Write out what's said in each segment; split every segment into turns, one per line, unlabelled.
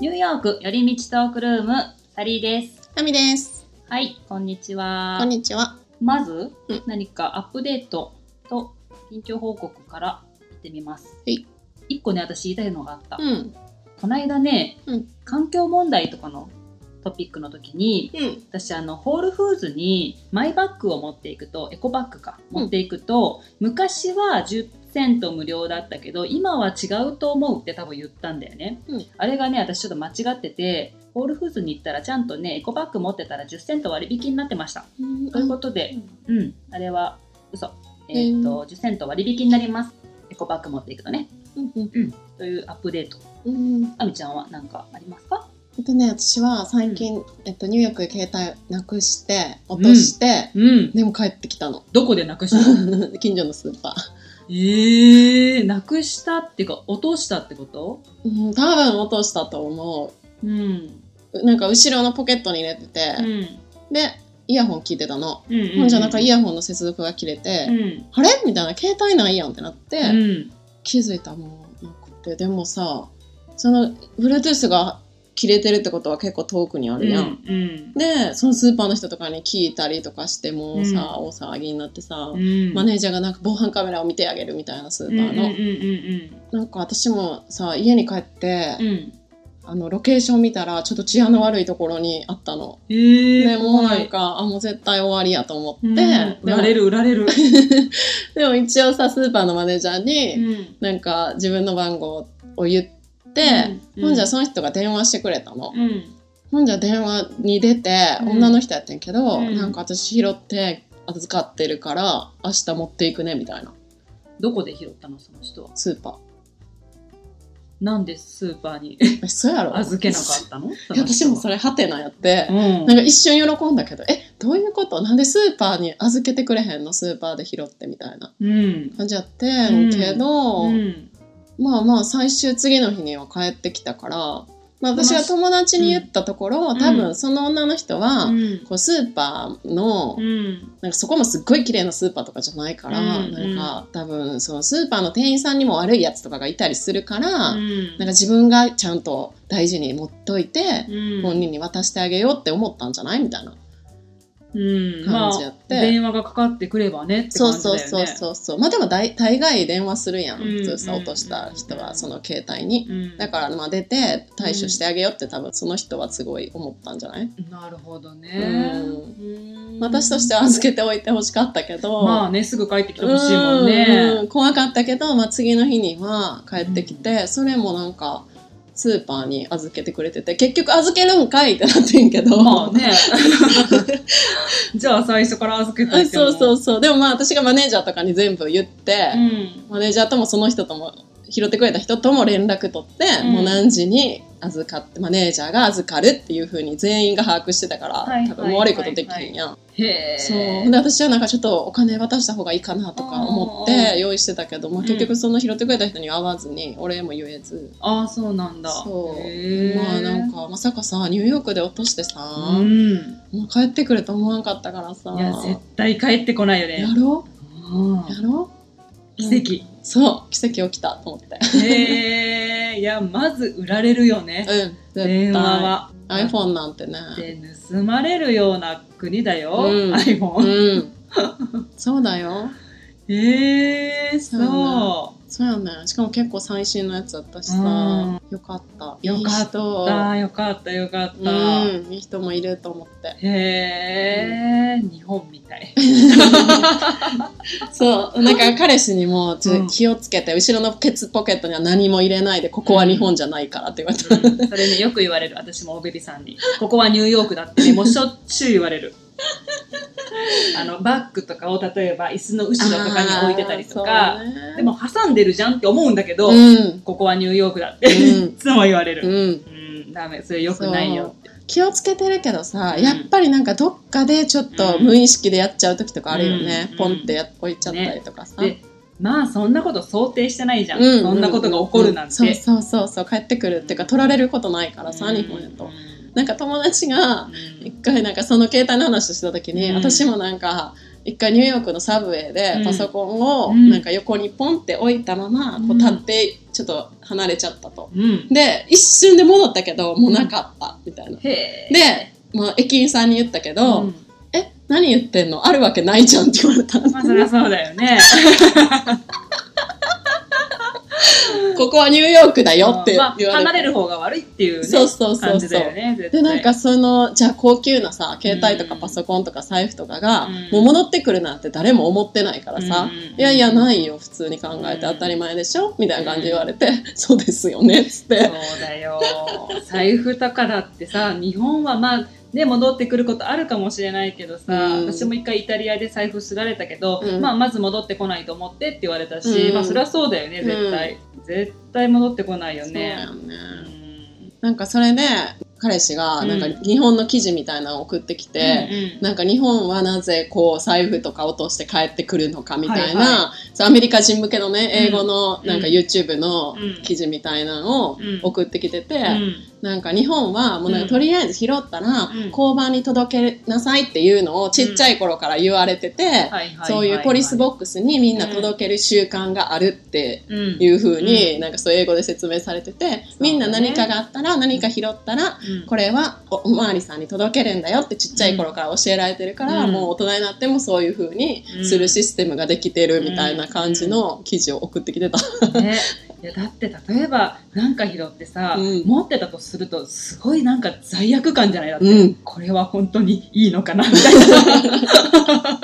ヨーク寄り道トークルームサリーです
タミです。
はいこんにちは
こんにちは。
まず、
うん
何かアップデートと近況報告からいってみます
はい
一個ね私言いたいのがあった、
うん。
この間ね、
うん
環境問題とかのトピックの時に
うん。
私あのホールフーズにマイバッグを持っていくとエコバッグか
うん
持っていくと、昔は10セント無料だったけど今は違うと思うって多分言ったんだよね、
うん
あれがね私ちょっと間違っててホールフーズに行ったらちゃんとねエコバッグ持ってたら10セント割引になってました
うん
ということで、うんあれは嘘えっ、
う
と10セント割引になりますエコバッグ持っていくとね
うん。
というアップデート
うん。
あみちゃんは何かありますか
えっとね、私は最近、えっと、ニューヨークで携帯なくして、落として、
うん
でも帰ってきたの。
どこでなくしたの
近所のスーパー。
ええなくしたっていうか落としたってこと
うん、多分落としたと思
うん
う。なんか後ろのポケットに入れてて
う、ん
で、イヤホン聞いてたの。
うん
ほんじゃなんかイ
や
ヤホンの接続が切れて、
うん
あれみたいな、携帯ないやんってなって、
うん
気づいたもうなくて。でもさ、その、Bluetooth が切れてるってことは結構遠くにあ
う
るやん
ん
でそのスーパーの人とかに聞いたりとかしてもうさ、大騒ぎになってさ、
うん
マネージャーがなんか防犯カメラを見てあげるみたいなスー
う
パ
んうん
ー
うん
の、
うん
なんか私もさ家に帰って、
うん
あのロケーション見たらちょっと治安の悪いところにあったの、
ええ
でもうなんかあもう絶対終わりやと思って、
うん
で
売られ
も
る売られる
でも一応さスーパーのマネージャーに、
ん
なんか自分の番号を言って、
うん
ほんじゃその人が電話してくれたの、
うん
ほんじゃ電話に出て、
うん
女の人やってんけど、
うん
なんか私拾って預かってるから明日持っていくねみたいな
どこで拾ったのその人は
スーパ
なんでスーパーに
ーえそうやろ
預けなかったのそ
いや
の
私
人は
もそれハテナやって、
うん
なんか一瞬喜んだけどえどういうことなんでスーパーに預けてくれへんのスーパーで拾ってみたいな
うん
感じやってんけど、
うん
まあまあ最終次の日には帰ってきたから、まあ、私が友達に言ったところ、
ん
多分その女の人は、
うん
こうスーパーの、
うん
なんかそこもすっごい綺麗なスーパーとかじゃないから、
うん
なんか多分そのスーパーの店員さんにも悪いやつとかがいたりするから、
うん
なんか自分がちゃんと大事に持っといて、
うん
本人に渡してあげようって思ったんじゃないみたいな
うんま
感
あ
じやって。
電話がかかってくればねって
そ
感
う
じだよ
そう
ね
そうそうそうまあでも大大概電話するやん、
うん
普通さ落とした人
う
は
ん
その携帯に、
うん
だからまあ出て対処してあげようって多分その人はすごい思ったんじゃない、
なるほどね、
う
うん
私としては預けておいてほしかったけど、
まあねすぐ帰ってきてほしいもんね
ううん怖かったけど、まあ、次の日には帰ってきて、それもなんかスーパーに預けてくれてて結局預けるんかいってなってんけど、
まあねじゃあ最初から預けといても
そうそう
う
そうでもまあ私がマネージャーとかに全部言って、
ん
マネージャーともその人とも拾ってくれた人とも連絡取って、
うん
もう何時に預かってマネージャーが預かるっていうふうに全員が把握してたから、
はい
多分もう悪いことできへんやん、
へえ
そうで私はなんかちょっとお金渡した方がいいかなとか
あ
思っ
ー
て用意してたけど、まあ、結
うん
局その拾ってくれた人には会わずにお礼も言えず、
ああそうなんだ
そう
へえ
まあなんかまさかさニューヨークで落としてさ、
うん
まあ、帰ってくると思わんかったからさ
いや絶対帰ってこないよね
やろ
うん
うやろう
奇
うんそう奇跡起きたと 思って
跡へえいやまず売られるよね
うん絶対
電話は
iPhone なんてね
で盗まれるような国だよ、
うん
iPhone、
うんそうだよ
えー、そ
そうやねしかも結構最新のやつだったしさ、
うん
よかった
よかったう。あ
た
あ、よかった、よかった。
うんいい人もいると思って
へえ、日本みたい。
そうなんか彼氏にもち
う
ょ
ん
気をつけて、後ろのケツポケットには何も入れないでここは日本じゃないからって言われた、
それね、よく言われる、私もおべりさんに。ここはニューヨークだ ってね、もうしょっちゅう言われる。あの、バッグとかを例えば椅子の後ろとかに置いてたりと
あ
か、
ーそうね
でも挟んでるじゃんって思うんだけど、
うん
ここはニューヨークだって、
うん
いつも言われる。
うん
うん、ダメ、それ良くないよって。
気をつけてるけどさ、
うん
やっぱりなんかどっかでちょっと無意識でやっちゃう時とかあるよね、
うん
ポンってや置いちゃったりとかさ、
でまあそんなこと想定してないじゃん、
うん
そんなことが起こるなんて、
うそうそうそうそう帰ってくるっていうか取られることないからさ、
うん
日本やと
うん
なんか友達が
うん
一回なんかその携帯の話してた時に、
うん
私もなんか一回ニューヨークのサブウェイで
うん
パソコンを
うん
なんか横にポンって置いたまま
う
こうん立ってちょっと離れちゃったと。
うん。
で一瞬で戻ったけどもうなかったみたいな。
へえ。
で、まあ、駅員さんに言ったけど「
うん
え何言ってんのあるわけないじゃん」って言われたの
まあ、そりゃそうだよね。
ここはニューヨークだよって言
まあ
われて、
離れる方が悪いっていうね
そうそうそう
感じ
そ
だ
う
よ。ね。絶対
でなんかそのじゃあ高級なさ携帯とか
うん
パソコンとか財布とかが、
うん
もう戻ってくるなんて誰も思ってないからさ、
うん
いやいやないよ普通に考えて当たり前でしょみたいな感じで言われて、そうですよねっつって、
そうだよ。財布とかだってさ、日本はまあ、ね、戻ってくることあるかもしれないけどさ、
うん
私も一回イタリアで財布すられたけど、
うん
まあ、まず戻ってこないと思ってって言われたし、
うん
まあ、それはそうだよね、絶対。絶対戻ってこないよ
そうだ
ね。
よね
うん
なんかそれで彼氏がなんか日本の記事みたいなのを送ってきて、
うん
なんか日本はなぜこう財布とか落として帰ってくるのかみたいな、
はい
そうアメリカ人向けのね英語のなんか
うん
YouTube の
うん
記事みたいなのを
うん
送ってきてて、
うん
なんか日本はもうなん
う
か
ん
とりあえず拾ったら
うん
交番に届けなさいっていうのをちっちゃい頃から言われてて、
はいはいはいはい
そういうポリスボックスにみんな届ける習慣があるって
うん
いう風になんかそう英語で説明されててみんな何かがあったら何か拾ったら
うん
これはおおまわりさんに届けるんだよってちっちゃい頃から教えられてるから、
うん
もう大人になってもそういう風にするシステムができてるみたいな感じの記事を送ってきてた。
ね、いやだって例えばなんか拾ってさ、
うん
持ってたとするとすごいなんか罪悪感じゃないだって、
うん
これは本当にいいのかなみたいな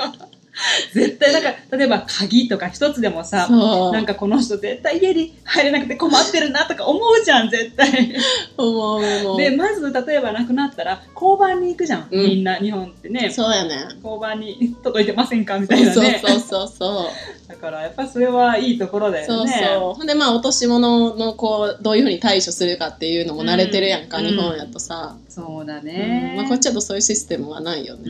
絶対なんか例えば鍵とか一つでもさ
そう
なんかこの人絶対家に入れなくて困ってるなとか思うじゃん絶対
思う思う
でまず例えばなくなったら交番に行くじゃん、
うん
みんな日本ってね
そうやね
交番に届いてませんかみた
そう
いなね
そうそうそうそう。
だからやっぱそれはいいところだ
そ
よ
う
ね
そう。ほんでまあ落とし物のこうどういうふうに対処するかっていうのも慣れてるやんか、
うん
日本やとさ。
そうだ
う
ね
ん、まあこっちだとそういうシステムはないよね。
う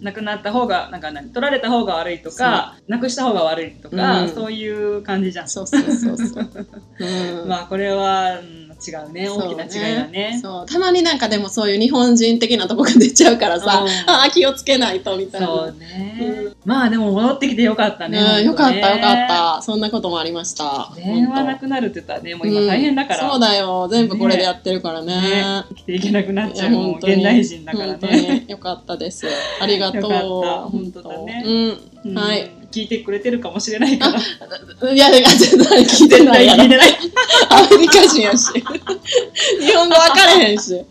ん、なくなった方がなんか何取られた方が悪いとかなくした方が悪いとか、
うん
そういう感じじゃん、
そうそうそうそう。うん
まあこれは、うん違うね
そう
大きな違いだね
そうたまになんかでもそういう日本人的なとこが出ちゃうから
う
さ、
ん
ああ気をつけないとみたいな。
そうね、まあでも戻ってきてよかったね,、
うんよかったよか
っ
った。そんなこともありました。
電話な
本
くなるって言ったらねも
当
う今大変だから、
うんそうだよ。全部これでやってるからね。
ね生きていけなくなっ
い
ちゃ
や
うもう
本当に
現代人だから
本当
ね、
によかったです。ありがとう。
よかった本当だね
うん。
うん
はい
聞いてくれてるかもしれないから
いや、いや絶対聞い てないやろ
聞い。てない
アメリカ人やし。日本語分かれへんし。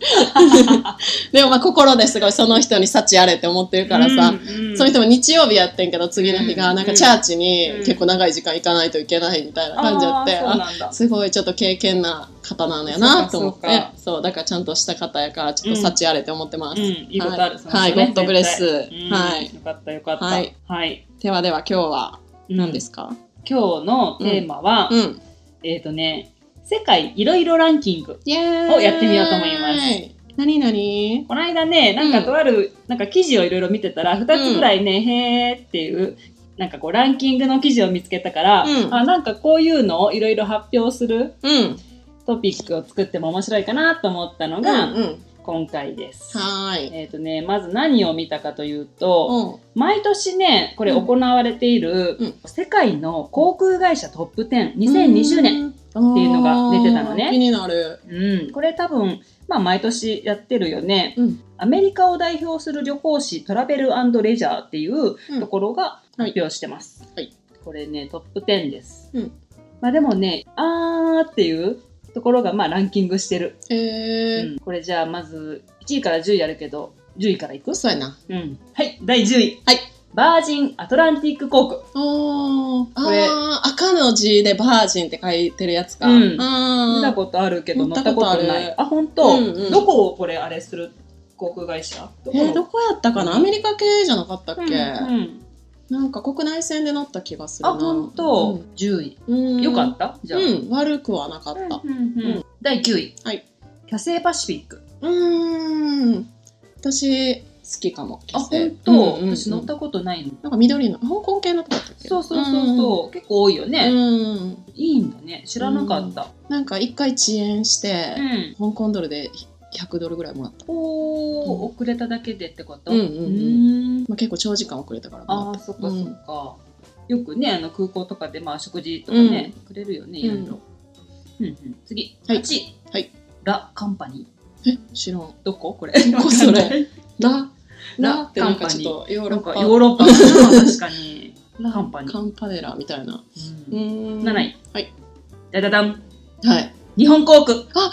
でもまあ心ですごいその人に幸あれって思ってるからさ。
うんうん
その人も日曜日やってんけど次の日
う
が
ん
なんかチャーチに
うん
結構長い時間行かないといけないみたいな感じやって、
あーそう
あ
なんだ
すごいちょっと経験な方なんやなと思っ
そ
て
うかそうか
そうだからちゃんとした方やからちょっと幸あれって思ってます、
うん、いいことある。
はいはい
その人ね
ゴッドブレス
絶対うん
はい
よかった、よかった。
は
はいい。
ではでは今日は何ですか
今日のテーマは、
うん、
えっ、とね、世界いろいろランキング。
イエーイ
をやってみようと思います
何何
この間ね、なん
う
か
ん
とある、なんか記事をいろいろ見てたら、二つぐらいね、へーっていう、なんかこうランキングの記事を見つけたから、
うん
あなんかこういうのをいろいろ発表する
うん
トピックを作っても面白いかなと思ったの
うん
が
うん
今回です。
はーい
えっ、とね、まず何を見たかというと、
うん
毎年ねこれ
うん
行われている、
うん
世界の航空会社トップ102020年、
っていう
のが出てたのね
気になる。
うん、これ多分、まあ、毎年やってるよね、
うん
アメリカを代表する旅行誌トラベルレジャーっていう
うん
ところが
はい
発表してます、
はい
これねトップ10です、
うん
まあ、でもねあーっていうところがまあランキングしてる、
え
う
ー、
ん、これじゃあまず1位から10位やるけど10位からいく
嘘やな。
うんはい第10位、
はい、
バージンアトランティック航空
おー
これ
あー赤の字でバージンって書いてるやつか。
うん
あー
見たことあるけど
乗
乗
っ
ったた
こ
こと
あ
と
る
ない。あ、本当、
うんうん
どこをこれあれする航空会社どこの
えーどこやったかなアメリカ系じゃなかったっけ、
うんうん
なんか国内線で乗った気がする
あ、
な。
本当、10位。
うん、
よかったじゃあ、
うん、悪くはなかった。
うんうんうん第9位。
はい
キャセイパシフィック。
うーん。私、好きかも。
あ、
決して
本当、
うんうんうん
私乗ったことないの。
なんか緑の、香港系のとこだったっけ
そうそうそうそう、結構多いよ
う
ね、
ん。うん。
いいんだね。知らなかった。
なんか一回遅延して、
うん。
香港ドルで100ドルぐらいもらった。
おー、遅れただけでってこと
うんうんうん
ん
まあ、結構長時間遅れたからもら
あ
っ
あ、
た。
そっか
う
そ
ん
っか。よくね、あの空港とかで、まあ、食事とかね、くれるよね、いろいろ。うんうん、次、
はい
八
はい。
ラ・カンパニー。
え、知らん。
どこ これ。
こそれ
わかんない
ラ、
ラ
ラってなんかちょっとヨー
な
ロ
ん
ッ
か
パ。
ヨーロッパ。確かに。
ラ
カンパニー
カンパネラみたいな。
うん
うーん
7位。
はい。
ダダダン。
はい。
日本航空。
あ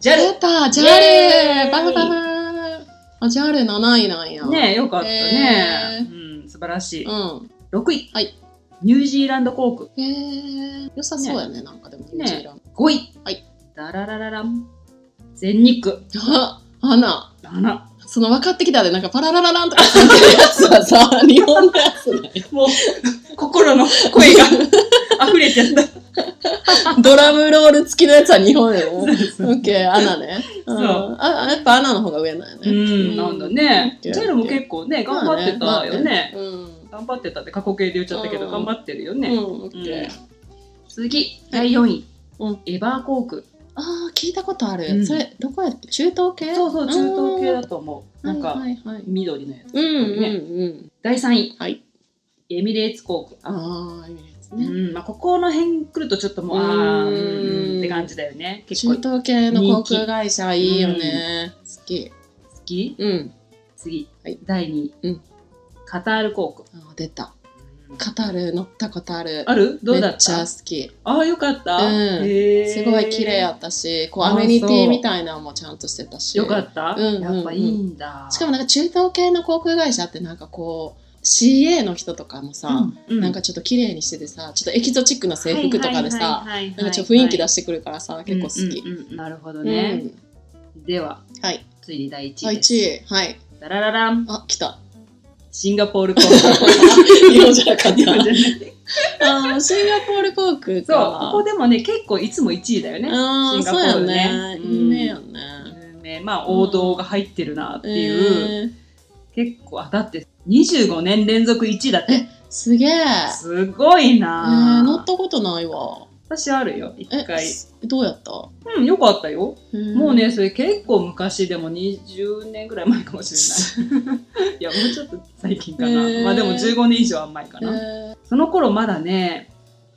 ジャ
出
ル。
たジャ
イェー
レ
イ
バババーンあ、ジャレ7位なんや。
ねえ、よかったね
へ。
うん、素晴らしい。
うん。
6位。
はい
ニュージーランド航空。
へえ。良さそうやね、なんかでも。ニュージーランド
5位。
はい。
ダララララン。全日空。
あ、アナ。
7。
その分かってきたで、なんかパラララランとかついてるやつはさ、日本のやつね。
もう、心の声 が溢れちゃった。
ドラムロール付きのやつは日本やね。オッ ケー、アナね。
そうん
あ、あやっぱアナの方が上なん
う
やね。
ん、なんだね。
う
ジ
ん
ャルも結構ね、頑張って
まあ
たよ
まあ
ね。
うん。
頑張ってたって過去形で言っちゃったけど、
うん
頑張ってるよ
う
ね。
ん、オッケー。
次、第4位
うん。
エバー航空。
ああ、聞いたことある。
うん
それ、どこやっけ中東系
そうそう、中東系
あ
だと思う。な
ー
んか、
はいはいはい。
緑のやつ。
うんうん
ね
うん。
第3位。
はい
エミレーツ航空。
ああ、いいです
う
ね。
ん、まあ、ここの辺来るとちょっともう、あーう
う
んんうんって感じだよね。結
中
構好
東系の航空会社いいよね。好き。
き
うん。
次、
はい
第2位、
うん
カタール航空。
あー出た。カタール乗ったことある。
あるどうだ
め
っ
っちゃ
た
好き。
ああ、よかった。
うん
へー
すごい綺麗やったし、こう
あー
アメニ
そ
テ
う
ィみたいなのもちゃんとしてたし。
よかった、
うんうんうん
やっぱいいんだ。
しかもなんか中東系の航空会社ってなんかこう CA の人とかもさ、
う
なんかちょっと綺麗にしててさちょっとエキゾチックな制服とかでさ
はいはいはいはいはい、
なんかちょっと雰囲気出してくるからさ結構好き
うんうんうんうんなるほど
うん
ね。では、
はい
ついに第1
あ
位です。
1位はい
ダラララン、
あ来た
シンガポール航空。
日本じゃなかっ
日本じ
た
ゃない
あーシンガポール航空
そう、ここ
か
でもね、結構いつも1位だよね。
あ
シン
ー
ガ
そう
ポー
や
ルね
ね
うん
有名やね
有名まあ、王道が入ってるなっていう。
えー
結構、あ、だって25年連続1位だって。
すげえ
すごい
え
なぁ
ー乗ったことないわ
私あるよ、一
え
回。
どうやった
うん、よかったよ。もう
へ
ね、それ結構昔でも20年ぐらい前かもしれ ない。いや、もうちょっと最近かな。
へー
まあでも15年以上は前か
ー
な。
へー
その頃まだね、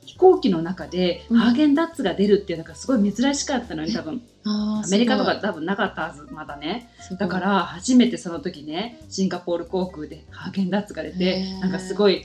飛行機の中で
うん
ハーゲンダッツが出るっていうのがすごい珍しかったのに多分、
あー
アメリカと
すごい
か多分なかったはず、まだね。
すごい
だから初めてその時ね、シンガポール航空でハーゲンダッツが出て
へ、ー
なんかすごい、わ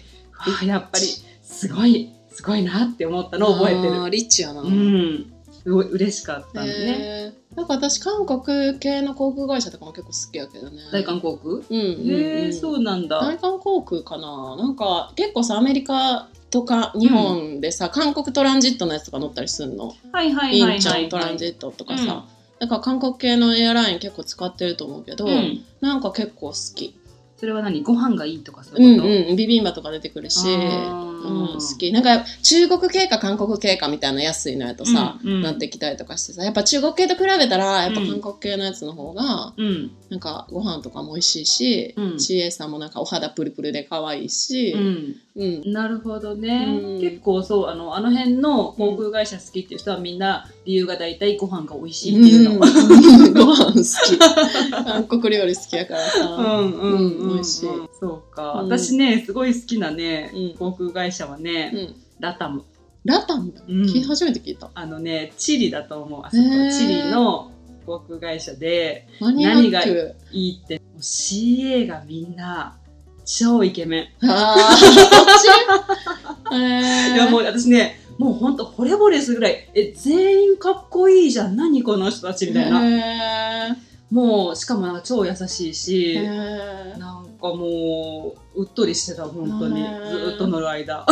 あ、やっぱりすごい、すごいなって思ったのを覚えて
あー
る。
リッチやな、
うん。すごい嬉しかったんでね。
へーなんか私韓国系の航空会社とかも結構好きやけどね
大韓航空
うんうん、うん、
へえそうなんだ。
大韓航空かななんか結構さアメリカとか日本でさ、韓国トランジットのやつとか乗ったりすんの、
はいはいはいはい。
インチョントランジットとかさ、
うん
だから韓国系のエアライン結構使ってると思うけど、
うん。
なんか結構好き
それは何ご飯がいいとかそう
う
い
ん
うこと
うんビビンバとか出てくるしうん、好きなんか中国系か韓国系かみたいな安いのやとさ、
うんうん
なってきたりとかしてさやっぱ中国系と比べたらやっぱ韓国系のやつの方が
うん。
なんかご飯とかも美味しいし、
うん
CA さんもなんかお肌プルプルで可愛いし、
うん。
うん
なるほどね。
うん
結構そう、あの、あの辺の航空会社好きっていう人はみんな理由が大体ご飯が美味しいっていうの。
うん ご飯好き韓国料理好きやからさ、
うんうんうん。
うん美味しい
そうか。
うん
私ね、すごい好きなね
うん、
航空会社はね、
うん
ラタム。
ラタン、
うん
聞い初めて聞いた
あのね、チリだと思う。あそこ
へー
チリの航空会社で、
マニアッ
何がい
ク
いいってもう CA がみんな超イケメ
あ あそっちえ
ン、
ー
いやもう私ねもうほんと惚れ惚れするぐらいえ全員かっこいいじゃん何この人たちみたいな、
へー
もうしかもなんか超優しいし、
へー
なんかもううっとりしてた本当に、
へー
ずっと乗る間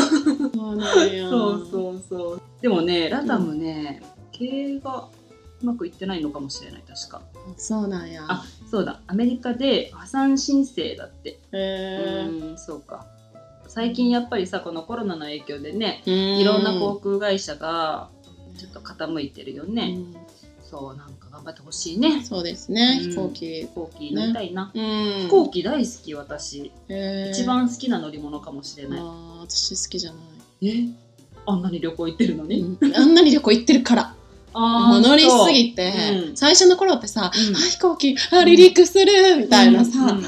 そうなんや
そうそうそうでもねラタムね、経営がうまくいってないのかもしれない確か
そうなんや。
あそうだアメリカで破産申請だって
へ
うーんそうか最近やっぱりさこのコロナの影響でね
え。い
いろんな航空会社がちょっと傾いてるよね、そうなんか頑張ってほしいね
そうですね、
うん
飛行機。
飛行機乗りたいな、
飛
飛行機大好き私、
機
一番好きな乗り物かもしれない、
あー私好きじゃない。
えあんなに旅行行ってるのに、
うんあんなに旅行行ってるから。
あ
もう
ー
乗りすぎて、
うん
最初の頃ってさ、
うん
あ飛行機あ離陸するみたいなさ、
うんうん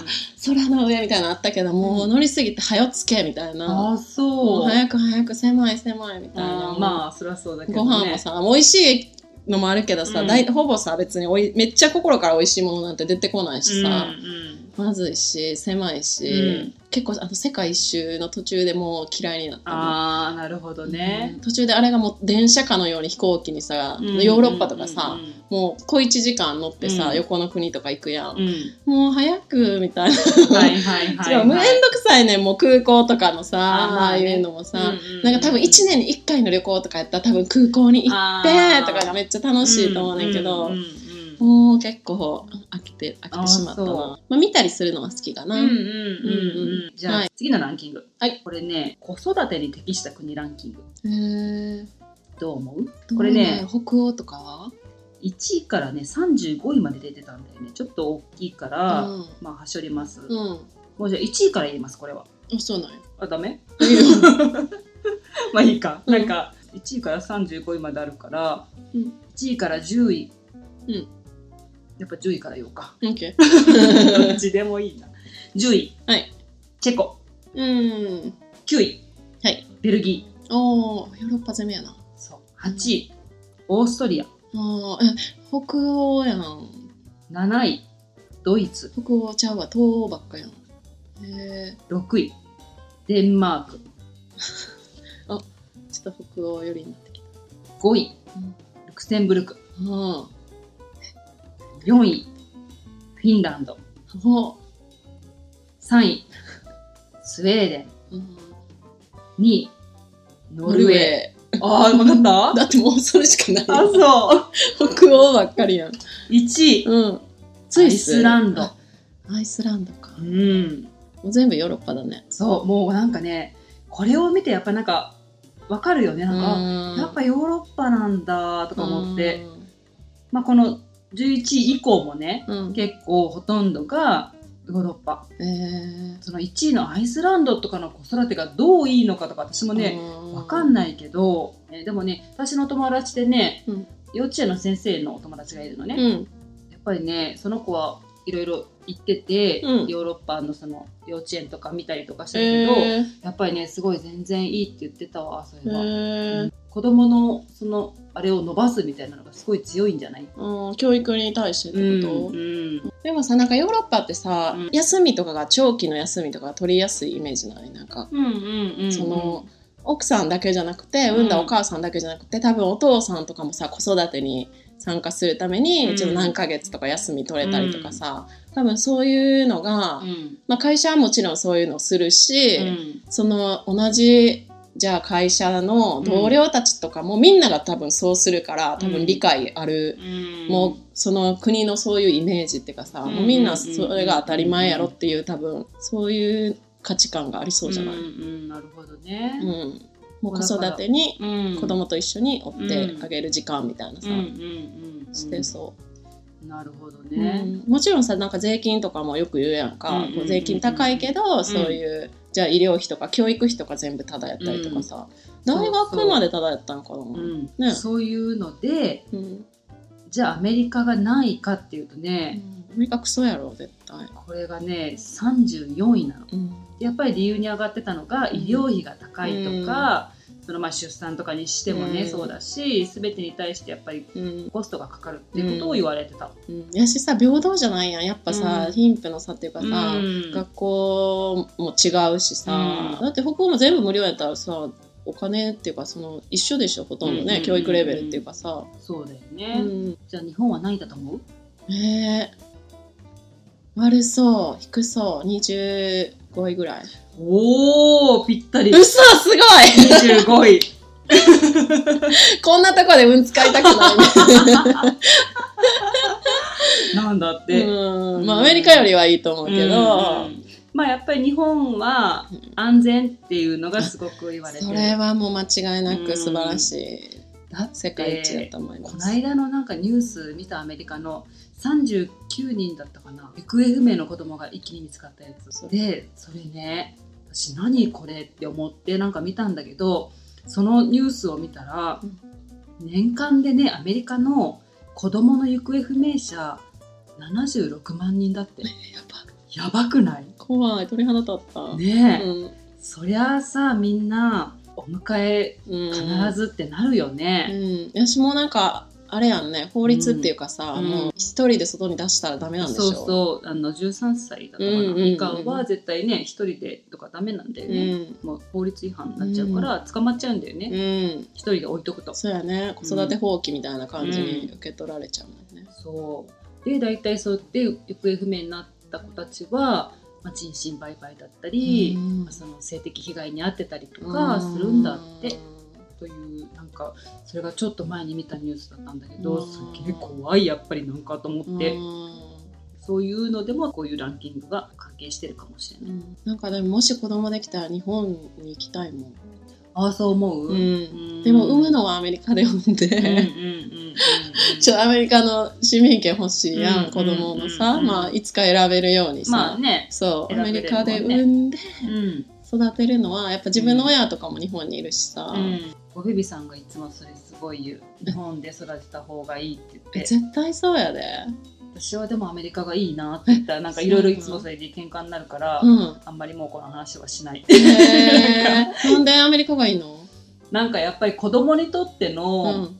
空の上みたいなのあったけどもう乗りすぎて早つけみたいな、
あー
も
そうう
早く早く狭い狭いみたい
あ
な
ーまあそりゃそうだけど
ご
ね
飯もさ、美味しいのもあるけどさ、
うん
だいほぼさ別においめっちゃ心から美味しいものなんて出てこないしさ、
うん
まずいし狭いし、
うん
結構あの世界一周の途中でもう嫌いになったの
ああなるほどね
うん、途中であれがもう電車かのように飛行機にさ、
うん
ヨーロッパとかさ、
う
もう小1時間乗ってさ、
うん
横の国とか行くやん、
んうん
もう早くみたいな
はいはいはい
違う、もうめんどくさいねんもう空港とかのさ
あー
あ
まあ
あ
ね
いうのもさ、
うんうんうん
なんか多分1年に1回の旅行とかやったら多分空港に行ってとかがめっちゃ楽しいと思うねんけど、
うんうん
もう結構飽きて飽きてしまった
あー
な
そ
まあ、見たりするのは好きかな、
うんうんうんうんじゃ
は
あ次のランキング
はい
これね子育てに適した国ランキング
へー
どう思う
どう
これね
北欧とかは
1位からね35位まで出てたんだよねちょっと大きいから
うん
まあはしょります
うん
もうじゃあ1位から入れますこれは
あそ うなんや
あダメ
いいよ
まあいいか、
うん
なんか1位から35位まであるから、
うん
1位から10位、
うん
やっぱ10位から言おうか
OK
どっ ちでもいいな10位、
はい
チェコ
うん
9位、
はい
ベルギー
おーヨーロッパ攻めやな
そう8位オーストリア
あーえ北欧やん
7位ドイツ
北欧ちゃうわ東欧ばっかやんへえ
6位デンマーク
ちょっと北欧寄りになってきた
5位、
うん
ルクセンブルク
あ
4位フィンランド
あほ
3位スウェーデン
う、うん、
2位ノ
ノ
ル
ル
ウ
ウ
ェ
ェ
ー
ー
あー、わかった
だってもうそれしかない
あ、
よ
そう。
北欧ばっかりやん
1位、
うん
アイスランド
あ。アイスランドか
うん。
もう全部ヨーロッパだね
そう、もうなんかね、これを見てやっぱなんか、わかるよね。なんか、
ん
やっぱヨーロッパなんだとか思って、
うん
まあこの11位以降もね、
うん
結構ほとんどがヨーロッパ。
え
その1位のアイスランドとかの子育てがどういいのかとか、私も
ー
ね、
うん
わかんないけど、えでもね、私の友達でね、
うん
幼稚園の先生のお友達がいるのね。
うん
やっぱりねその子はいろいろ行ってて、
うん
ヨーロッパのその幼稚園とか見たりとかしたけど、
えー
やっぱりねすごい全然いいって言ってたわそ
え
れは、
ー
子供のそのあれを伸ばすみたいなのがすごい強いんじゃない
うん教育に対してってこと、
うんうん
でもさなんかヨーロッパってさ、
うん
休みとかが長期の休みとか取りやすいイメージないなんか、
うんうんうん
その奥さんだけじゃなくて
うん
産んだお母さんだけじゃなくて多分お父さんとかもさ子育てに参加するために、
うん
ちょっと何ヶ月とか休み取れたりとかさ、多分そういうのが、
うん
まあ、会社はもちろんそういうのをするし、
うん
その同じじゃあ会社の同僚たちとかもみんなが多分そうするから多分理解ある。
うん
もうその国のそういうイメージっていうかさ、
うん
もうみんなそれが当たり前やろっていう多分そういう価値観がありそうじゃない、
うん
うん
うんなるほどね、
もう子育てに
うん
子供と一緒に追ってあげる時間みたいな
う
さ、
んうんうんうん
してそ
なるほど
う、
ね、
うんもちろんさなんか税金とかもよく言うやんか、
うんうんうん
こう税金高いけど、そういうじゃあ医療費とか教育費とか全部タダやったりとかさ、大
そうそ
学
う
までタダやったんかな
うん
ね
そういうので
うん
じゃあアメリカがないかっていうとね、
うんアメリカクソやろ絶対、
これがね34位なの
うん
やっぱり理由に上がってたのが
うん
医療費が高いとか、そのまあ出産とかにしてもね、
うん
そうだし全てに対してやっぱり
うん、
コストがかかるっていうことを言われてた、
うん、やしさ平等じゃないやんやっぱさ、
うん
貧富の差っていうかさ、
うん
学校も違うしさ、
うん
だって北欧も全部無料やったらさお金っていうかその一緒でしょほとんどね、
うんうんうん
教育レベルっていうかさ、
そうだよ
う
ね、
ん、
じゃあ日本は何だと思う
えー、悪そう低そう25位 ぐらい
おおぴったり
嘘すごい
25位
こんなとこで運使いた くないね
なんだって、
うんまあアメリカよりはいいと思う
う
けど、
んまあやっぱり日本は安全っていうのがすごく言われて
そ
る
れはもう間違いな
うん
く素晴らしい、
だって
世界一だと思います
この間のなんかニュース見たアメリカの39人だったかな行方不明の子供が一気に見つかったやつでそれね私何これって思ってなんか見たんだけどそのニュースを見たら、
うん
年間でねアメリカの子供の行方不明者76万人だって
やば
やばくない
怖い鳥肌立った、
ねえ、
うん
そりゃあさみんなお迎え
うん、
必ずってなるよ
う
ね、
ん、私もなんかあれやんね法律っていうかさ、
うん
もう一人で外に出したらダメなんでしょ
そうそうあの13歳だったか
うんうんうん
な以下は絶対ね一人でとかダメなんだよ
う
ね、
ん
もう法律違反になっちゃうから捕まっちゃうんだよね
うん、
一、人で置いとくと
そうやね子育て放棄みたいな感じに受け取られちゃうもんね、
そうで大体そうやって行方不明になった子たちは、まあ、人身売買だったり、
うん
まあその性的被害に遭ってたりとかするんだって、というなんかそれがちょっと前に見たニュースだったんだけど、
うん
すげえ怖いやっぱりなんかと思って、
うん
そういうのでもこういうランキングが関係してるかもしれない。
なんかでももし子供できたら日本に行きたいもん、
ああそう思う、
うんでも産む
の
のはアメリカで産んで、
うんうんうんうんうん
ちょアメリカの市民権欲しいやん、
うん
子供のさ、
うん
まあ、いつか選べるようにさ、
まあね、
そうア
選
メ
べ
リ
れる
カ
もんね
で産んで
うん
育てるのはやっぱ自分の親とかも日本にいるしさ、
うん、ボビビさんがいつもそれすごい言う日本で育てた方がいいって言
え
って
絶対そうやで、
私はでもアメリカがいいなって言ったらなんかいろいろいつもそれで喧嘩になるから、
うん、
あんまりもうこの話はしない
へーなんでアメリカがいいの、
なんかやっぱり子供にとっての
ん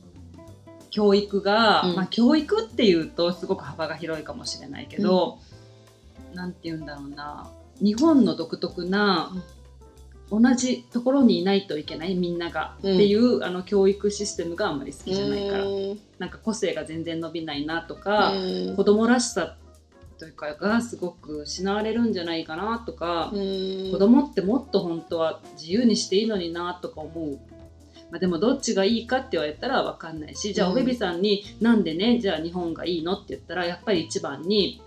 教育が、
うん
まあ、教育っていうとすごく幅が広いかもしれないけど、なんて言うんだろうな日本の独特な同じところにいないといけないみんなが、
うん
っていうあの教育システムがあんまり好きじゃないから
う。ん
なんか個性が全然伸びないなとか、
うん
子供らしさというかがすごく失われるんじゃないかなとか、
うん
子供ってもっと本当は自由にしていいのになとか思う。まあ、でもどっちがいいかって言われたら分かんないしじゃあ
うん
おべびさんに「なんでねじゃあ日本がいいの?」って言ったらやっぱり一番に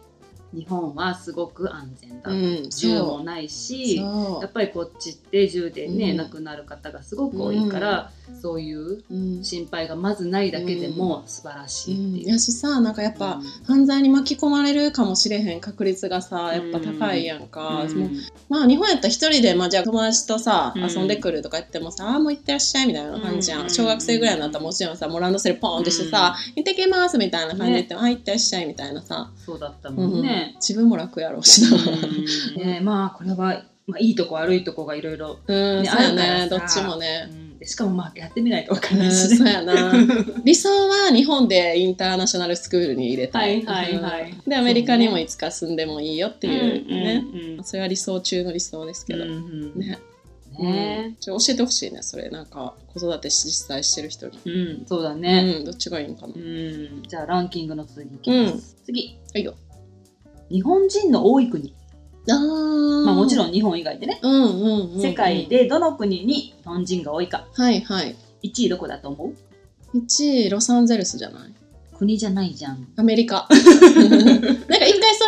日本はすごく安全だ、
うん
銃も
そう
ないし
そ
や
う
っぱりこっちって銃でね、
うん
亡くなる方がすごく多いから、そういう
うん
心配がまずないだけでも素晴らしいっていう。
やしさなんかやっぱ、犯罪に巻き込まれるかもしれへん確率がさやっぱ高いやんか、
うん
もうまあ日本やったら一人で、まあ、じゃあ友達とさ、
うん
遊んでくるとか言ってもさあーもう行ってらっしゃいみたいな感じやん、
うん
小学生ぐらいになったらもちろんさもうランドセルポーンってしてさ、行ってきますみたいな感じで言っても、あー行ってらっしゃいみたいなさ、
そうだった
う
も
んうん
んね。
自分も楽やろうしな
うんねまあこれは、まあ、いいとこ悪いとこがいろいろ。
うん、
ね
そうや
あ
ね
る
ど
か
っ
ら
ち
さ
もね、
でしかもまあやってみないとわか
うん
ないし
そう
ね。
やな 理想は日本でインターナショナルスクールに入れたい、
はいはいはい
うんでアメリカにもいつか住んでもいいよっていうね、
うんうん
それは理想中の理想ですけど、
うん
ね
ね
ちょ教えてほしいねそれなんか子育て実際してる人に、
うんそうだ
う
ね。
ん、どっちがいいのかな、
うんじゃあランキングの続きいきます。次。
はいよ
日本人の多い国。
あー
まあもち
ん、
ろん日本以外でね。
うんうんうんうん
世界でどの国に日本人が多いか。
はいはい
1位どこだと思う
1位ロサンゼルスじゃない
国じゃないじゃん。
アメリ カなんか一回そ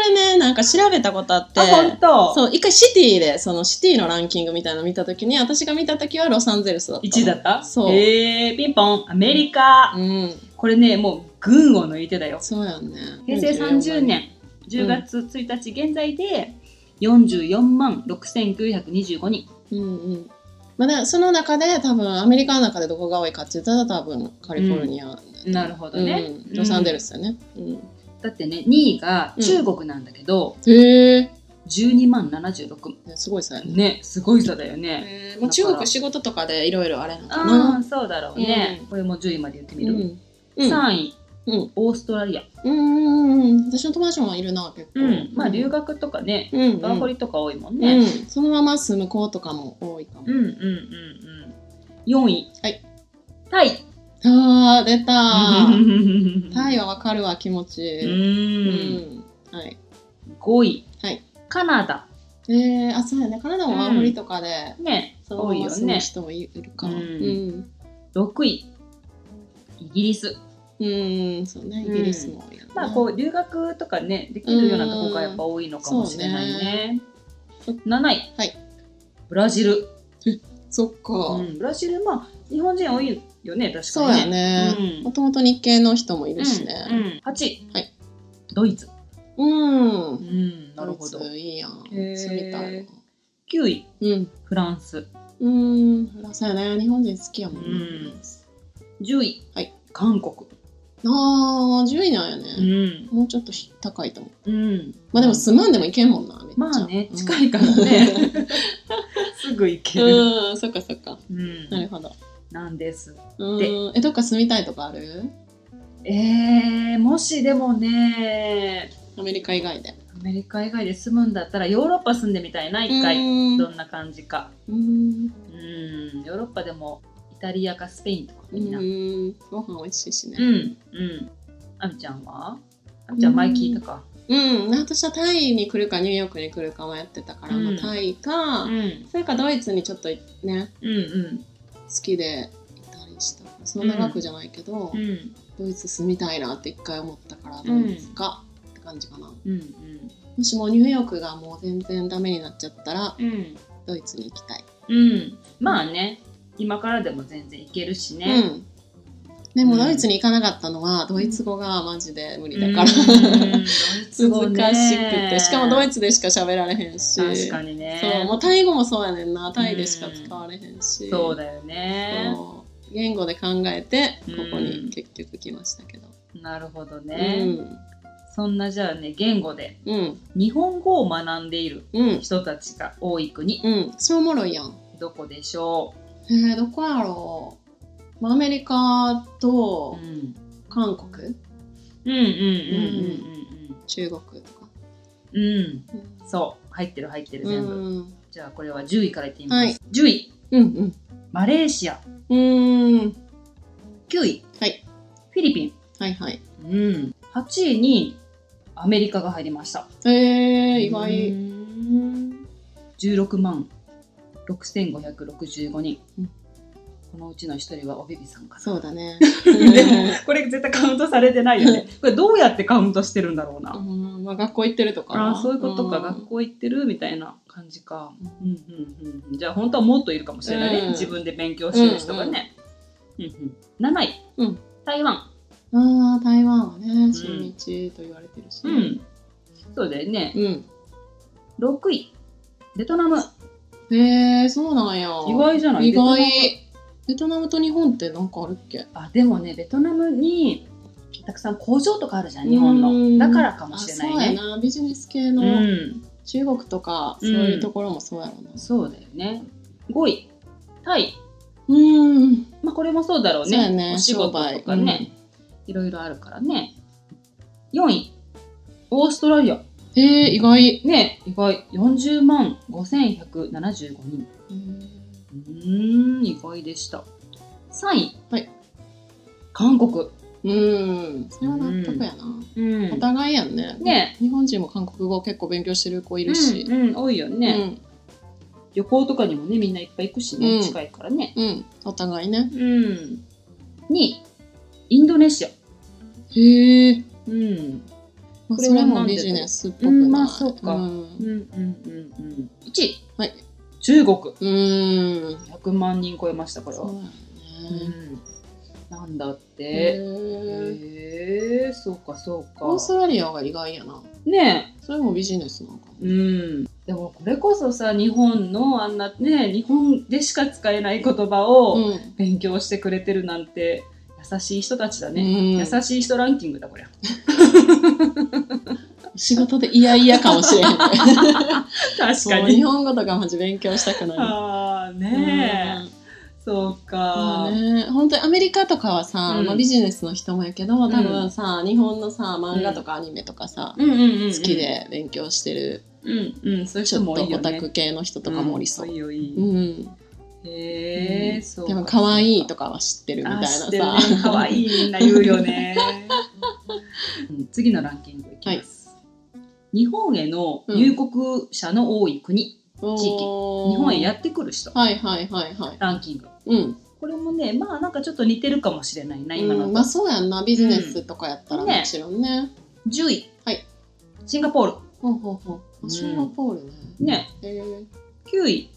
れねなんか調べたことあって
あ、本当。
そう一回シティでそのシティのランキングみたいなの見た時に私が見た時はロサンゼルスだった
1位だった
そう
えー、ピンポン、アメリカ。
うん
これね、もう群を抜いてだよ。
そうやんね
平成30年10月1日現在で44万6925人。
うんうんまあ、でその中で多分アメリカの中でどこが多いかって言ったら多分カリフォルニア、
なるほどね
うん。ロサンゼルスだね、うん
だってね、2位が中国なんだけど、
へえ
12万76。
すごいさ、ね
ね、すごい差だよね。
えもう中国仕事とかでいろいろあれなのか
あ
な
あ、そうだろうね。
うん
これも10位まで言ってみ
う
る。
んうん
3位、
うん
オーストラリア。
うんうんうん私の友達もいるな結構、
まあ留学とかね、
うんうん
ワーホリとか多いもん
う
ね。
ん、そのまま住む子とかも多いかも、
うんうんうんうん。4位。
はい
タイ。
あー出た ータ
イ。
イはわかるわ気持ちいい、
う。
うんんはい、
5位。
はい
カナダ。
えー、あそうやねカナダもワーホリとかで、
ね。
その
多
ま
い
ま
よ
住む
ね。
人もいるから、
うん
うん
6位。イギリス。
うん、そうねイギリスも多いやな
まあ、こう、留学とかね、できるようなとこがやっぱ多いのかもしれないね。
そうね
7位。
はい
ブラジル。
そっか、
うんブラジル、まあ、日本人多いよね、確
そう
か
や
にね。
ね
うん
もともと日系の人もいるし
う
ね
んうん8位。
はい
ドイツ。
うん、
うん、なるほど
ドイ。ツいいやん
へー
住みたいわ
9位。
うん
フランス。
うんそうやね日本人好きやもん
うん10位、
はい
韓国
ああ、10位なんや
う
ね。
ん、
もうちょっとひ高いと思う。
うん、
まあでも住まんでもいけんもんな、めっちゃ。
まあね近いからねすぐ行け
う
る、
ん。うん、そっかそっか。
うん
なるほど。
なんです
うん。え、どっか住みたいとかある
えー、もしでもね
アメリカ以外で。
アメリカ以外で住むんだったらヨーロッパ住んでみたいな一回
うん
どんな感じか
うん。
うんヨーロッパでもイタリアかスペインとか
う
いいなうん
ん。ご飯美味しいしね。
うんあみちゃんはあみちゃん前聞いたか
うん、私はタイに来るかニューヨークに来るか迷ってたから、
うん
まあタイか、
うん
それかドイツにちょっとね
うん
好きでいたりしたそんな長くじゃないけど、
うんうん
ドイツ住みたいなって一回思ったからドイツか、って感じかな
うんうん
もしもニューヨークがもう全然ダメになっちゃったら
うん
ドイツに行きたい、
うんまあね今からでも全然行けるし
う
ね、
んでも
うん
ドイツに行かなかったのはドイツ語がマジで無理
う
だ
ん
から、
ド イツ語ね
難しくてしかもドイツでしか喋られへんし
確かにね
そうもうタイ語もそうやねんなタイでしか使われへんし、
そうだよね
そう言語で考えてここ
うん
に結局来ましたけど、
なるほどね、そんなじゃあね言語で
うんうん
日本語を学んでいる
うん
人たちが多い国
うんそれおもろいやん
どこでしょ
えー、どこやろう、まあ、アメリカ
う、う
と
ん、
韓国
うんうんうん
中国とか、
うんうんうん
うん
そう入ってる入ってる
う
全
ん
部、じゃあこれは10位からいってみます、
はい
10位
うん
マレーシア
うんうん
9位、
はい、
フィリピ
はいはい
ン、うん、8位にアメリカが入りました
えー、意外
うん16万6565人、
うん
このうちの一人はおびびさんかな
そうだね
でも、これ絶対カウントされてないよね。これどうやってカウントしてるんだろう
う
な。
んうんまあ、学校行ってるとか
ああ、そういうことか。
ん
学校行ってるみたいな感じか。うんうんうん。じゃあ、本当はもっといるかもしれないね。
うん
自分で勉強してる人がね。うんうん、7位、
うん
台湾。
あー台湾はね親日と言われてるし、
うん。そうだよね。
うん
6位、ベトナム。
へえそうなんや
意外じゃない
意外
ベトナム
ベトナムと日本ってなんかあるっけ
あ、でもね、ベトナムにたくさん工場とかあるじゃん、日本
うん
の。だからかもしれ
あ
ないね。
そうやなビジネス系の、
うん。
中国とかそういうところもそうやろうな
そうだよね。5位、タイ。
うん、
まあ、これもそうだろう
そうや
ね
ね
お仕事とかね、いろいろあるからね4位オーストラリア
えー、意外
ね意外40万5175人うーん意外でした3位、
はい
韓国
うんそれは納得やな、
うん
お互いやんね
ね
日本人も韓国語結構勉強してる子いるし、
うんうん多いよね、旅行とかにもねみんないっぱい行くしね、
うん
近いからね
うん、うん、お互いね
うん2位インドネシア
へえ、
うん
まあ、
これ
そ
は
れも
なんで
ビジネスっぽくない、
うんまあそうか
う
う
ん
んうんうんうん1位、
はい、
中国
うん
100万人超えましたこれ
そ
は
う、やね
なんだって
へえ
へえそうかそう
オース
か
トラリアが意外やな
ね
それもビジネスなんか
えうんでもこれこそさ日本のあんなね日本でしか使えない言葉を
ん
勉強してくれてるなんて優しい人たちだね、
ね
優しい人ランキングだこりゃ
仕事で嫌々かもしれへんね
確か
そう日
に
本語とかマジ勉強したくな
ああ
い
ねえ
え
そう
ま
か、
あね、本当にアメリカとかはさ、
うん
まあ、ビジネスの人もやけど多
ん
分さ、日本のさ漫画とかアニメとかさ、
うんうんうんうん
好きで勉強してる、
うんうんそういう
ち
人
ょっ
も多
と
いよ
オタ
ね
ク系の人とかもおりそう、
んいいよいい
うん
よへえ、そう
で
か
も可愛いとかは知ってるみたい
あ
なさ、
知ってるね可愛いみんな言うよね、うん次のランキングいきます、日本への入国者の多い国、地域日
日
本へやってくる人
はいはいはいはい
ランキング
うん、
これもねまあなんかちょっと似てるかもしれないな今の
う
と、
んまあそうやんなビジネスとかやったら
うんね
もちろんね,、
10位、
はい
シンガポー
ほうほうほう
うん
あシンガポールね、
ルね
へえ
9位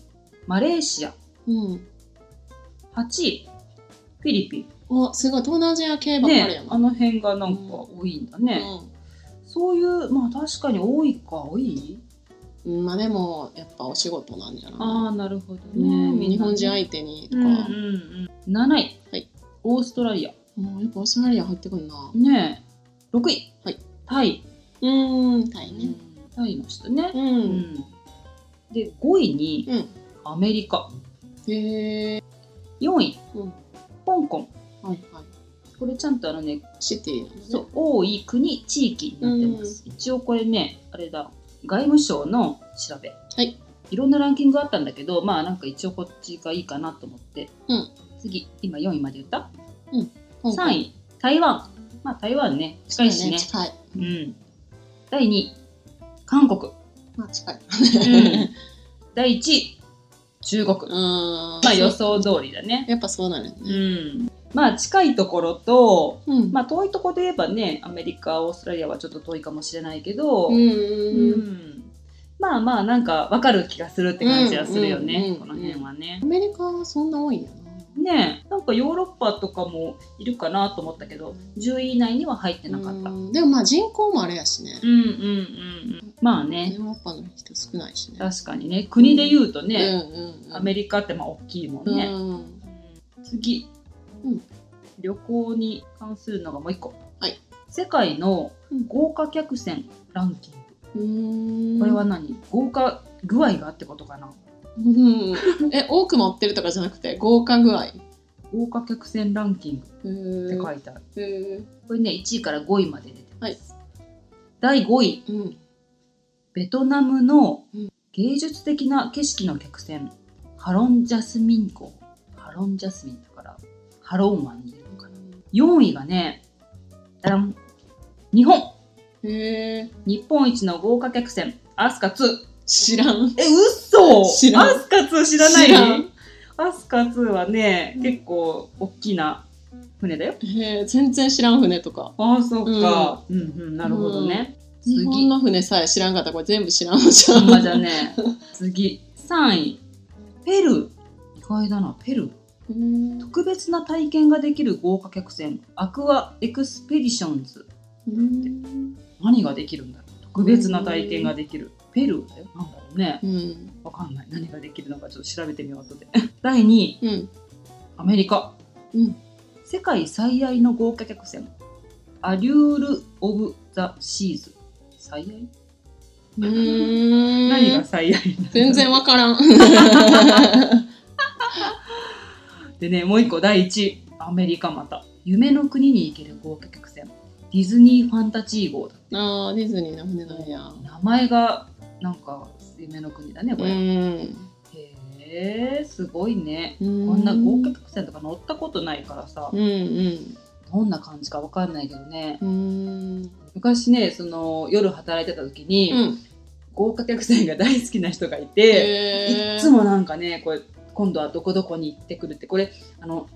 マレーシア
うん
8位フィリピ
おすごい東南アジア系
ン
ばっかり
ね
や
あ
な、
の辺がなんか多いんだね、そういうまあ確かに多いか多い
うん、まあでもやっぱお仕事なんじゃない
ああなるほどね、
うん
みんなね
日本人相手にと
うんう
か、
んうん、7位、
はい
オーストラリア
もうやっぱオーストラリア入ってくるな。
ねえ6位、
はい
タイ、
うーん、タイね。
タイの人ね、
う。
うんんで5位に
うん
アメリカ
へえ。
4位、
うん
香港
はいはい。
これちゃんとあのね
シティなんだね。
そう多い国地域になってます、一応これねあれだ外務省の調べ
はい
いろんなランキングあったんだけどまあなんか一応こっちがいいかなと思って、
うん
次今4位まで言った、
香港。
3位台湾まあ台湾ね近いしね
近い。
うん第2位韓 国、
まあ近い。
第1位中国、
うーん。ま
まあ予想通りだね
やっぱそうなのよね。
うんまあ近いところと
うん
まあ遠いところで言えばねアメリカオーストラリアはちょっと遠いかもしれないけど、
うん
う
うん。
んまあまあなんかわかる気がするって感じはするよね、
うんうんうん
この辺はね
ア。メリカはそんな多いんやな。
ねえなんかヨーロッパとかもいるかなと思ったけど10位以内には入ってなかった。
う
うん
んでもまあ人口もあれやしね。
うんうんうん、まあね
ヨーロッパの人少ないしね。
確かにね国で言うとね、
うんうんうん。
アメリカってまあ大きいもん
う
ね。
ん
次、
うん
旅行に関するのがもう一個、
はい
世界の
うん
豪華客船ランキング、
うーん。
これは何豪華具合がってことかな
うん。え、多く持ってるとかじゃなくて、豪華具合。
豪華客船ランキングって書いてある、
へー
これね1位から5位まで出てます、
はい
第5位
うん。
ベトナムの
うん
芸術的な景色の客船ハロンジャスミン号ハロンジャスミンだからハロン湾にいるのかな4位がねダダン日本
へえ。
日本一の豪華客船アスカ2
知らん。
え嘘
知らん
アスカ2知らない
知らん
アスカ2はね、
うん
結構大きな船だよ
へえ、全然知らん船とか。
ああそうか、うん、うんなるほどね、
日本
次
の船さえ知らんかったらこれ全部知らんのじゃ
ほん
ん。
まじゃね次3位ペルー意外だなペルー
うん
特別な体験ができる豪華客船アクアエクスペディションズ
うん
何ができるんだろう特別な体験ができるペルーだよなんだろうね
うん。
わかんない何ができるのかちょっと調べてみよう後で 第2位
うん。
アメリカ、
うん
世界最愛の豪華客船アリュール・オブ・ザ・シーズ最愛
うん。
何が最愛
全然わからん。
でねもう一個第1位アメリカまた夢の国に行ける豪華客船ディズニー・ファンタジー号だって
ああ、ディズニーの船なんや。
名前がなんか夢の国だねこ
う
れ、へ
ん。
えすごいね
こ
こんな豪華客船とか乗ったことないからさ、
うんうん。
どんな感じかわかんないけどね
うん。
昔ねその夜働いてた時に、
うん。
豪華客船が大好きな人がいて、いっつ
も。
もなんかねこれ今度はどこどこに行ってくるってこれあの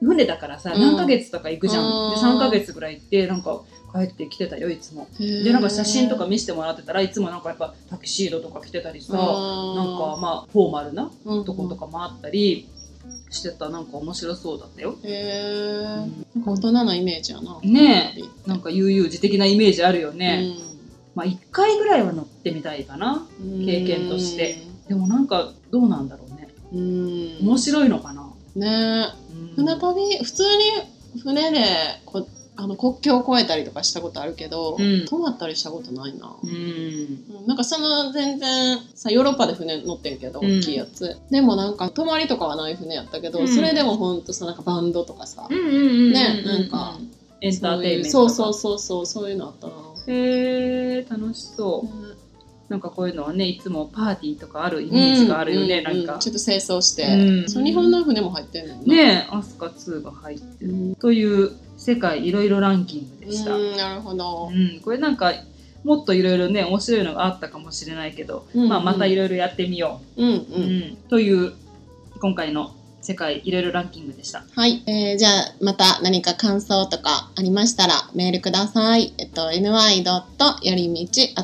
船だからさ、
うん
何ヶ月とか行くじゃん、
うん
で3ヶ月ぐらい行ってなんか帰ってきてたよいつもで
で
なんか写真とか見せてもらってたらいつもなんかやっぱタキシードとか着てたりさなんかまあフォーマルな
うん
とことかもあったりしてたなんか面白そうだったよ
へえなんか大人なイメージやな
ね
え
なんか悠々自適なイメージあるよね、まあ1回ぐらいは乗ってみたいかな経験としてでもなんかどうなんだろうね
うん
面白いのかな、
ねえ船
う
旅普通に船でこあの国境を越えたりとかしたことあるけど、
うん
泊まったりしたことないな、
ん
うんなんかその全然さヨーロッパで船乗ってんけど
うん
大きいやつ、でもなんか泊まりとかはない船やったけど、
うん
それでもほんとさなんかバンドとかさ、
うんうんうんうん
ねなんか
エンターテインメント
そうそうそうそうそういうのあったな、
へえ楽しそう、
ね
なんかこういうのはねいつもパーティーとかあるイメージがあるよね、
うんうん
なんか
ちょっと清掃して、
うん
そう日本の船も入ってんねんな
ねえアスカ2が入って
う
る、
ん
という世界いろいろランキングでした、うん
うんなるほど、
これなんかもっといろいろね面白いのがあったかもしれないけど、
うん
まあ、またいろいろやってみよ
うんう
う、うん
ん
という今回の世界いろいろランキングでした
はい、えーじゃあまた何か感想とかありましたらメールください。えっと ny. よりみち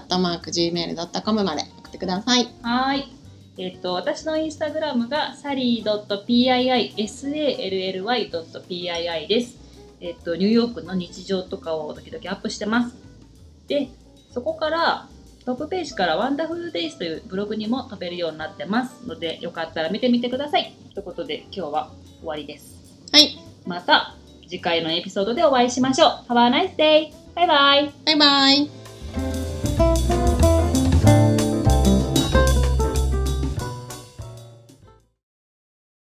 gmail.com まで送ってください。
はーい。えっ、と、私のインスタグラムが、サリー .pii、sally.pii です。えっ、と、ニューヨークの日常とかを時々アップしてます。で、そこから、トップページからワンダフルデイズというブログにも飛べるようになってますので、よかったら見てみてください。ということで、今日は終わりです。
はい、
また次回のエピソードでお会いしましょう。Have a nice day! バイバイ
バイバイ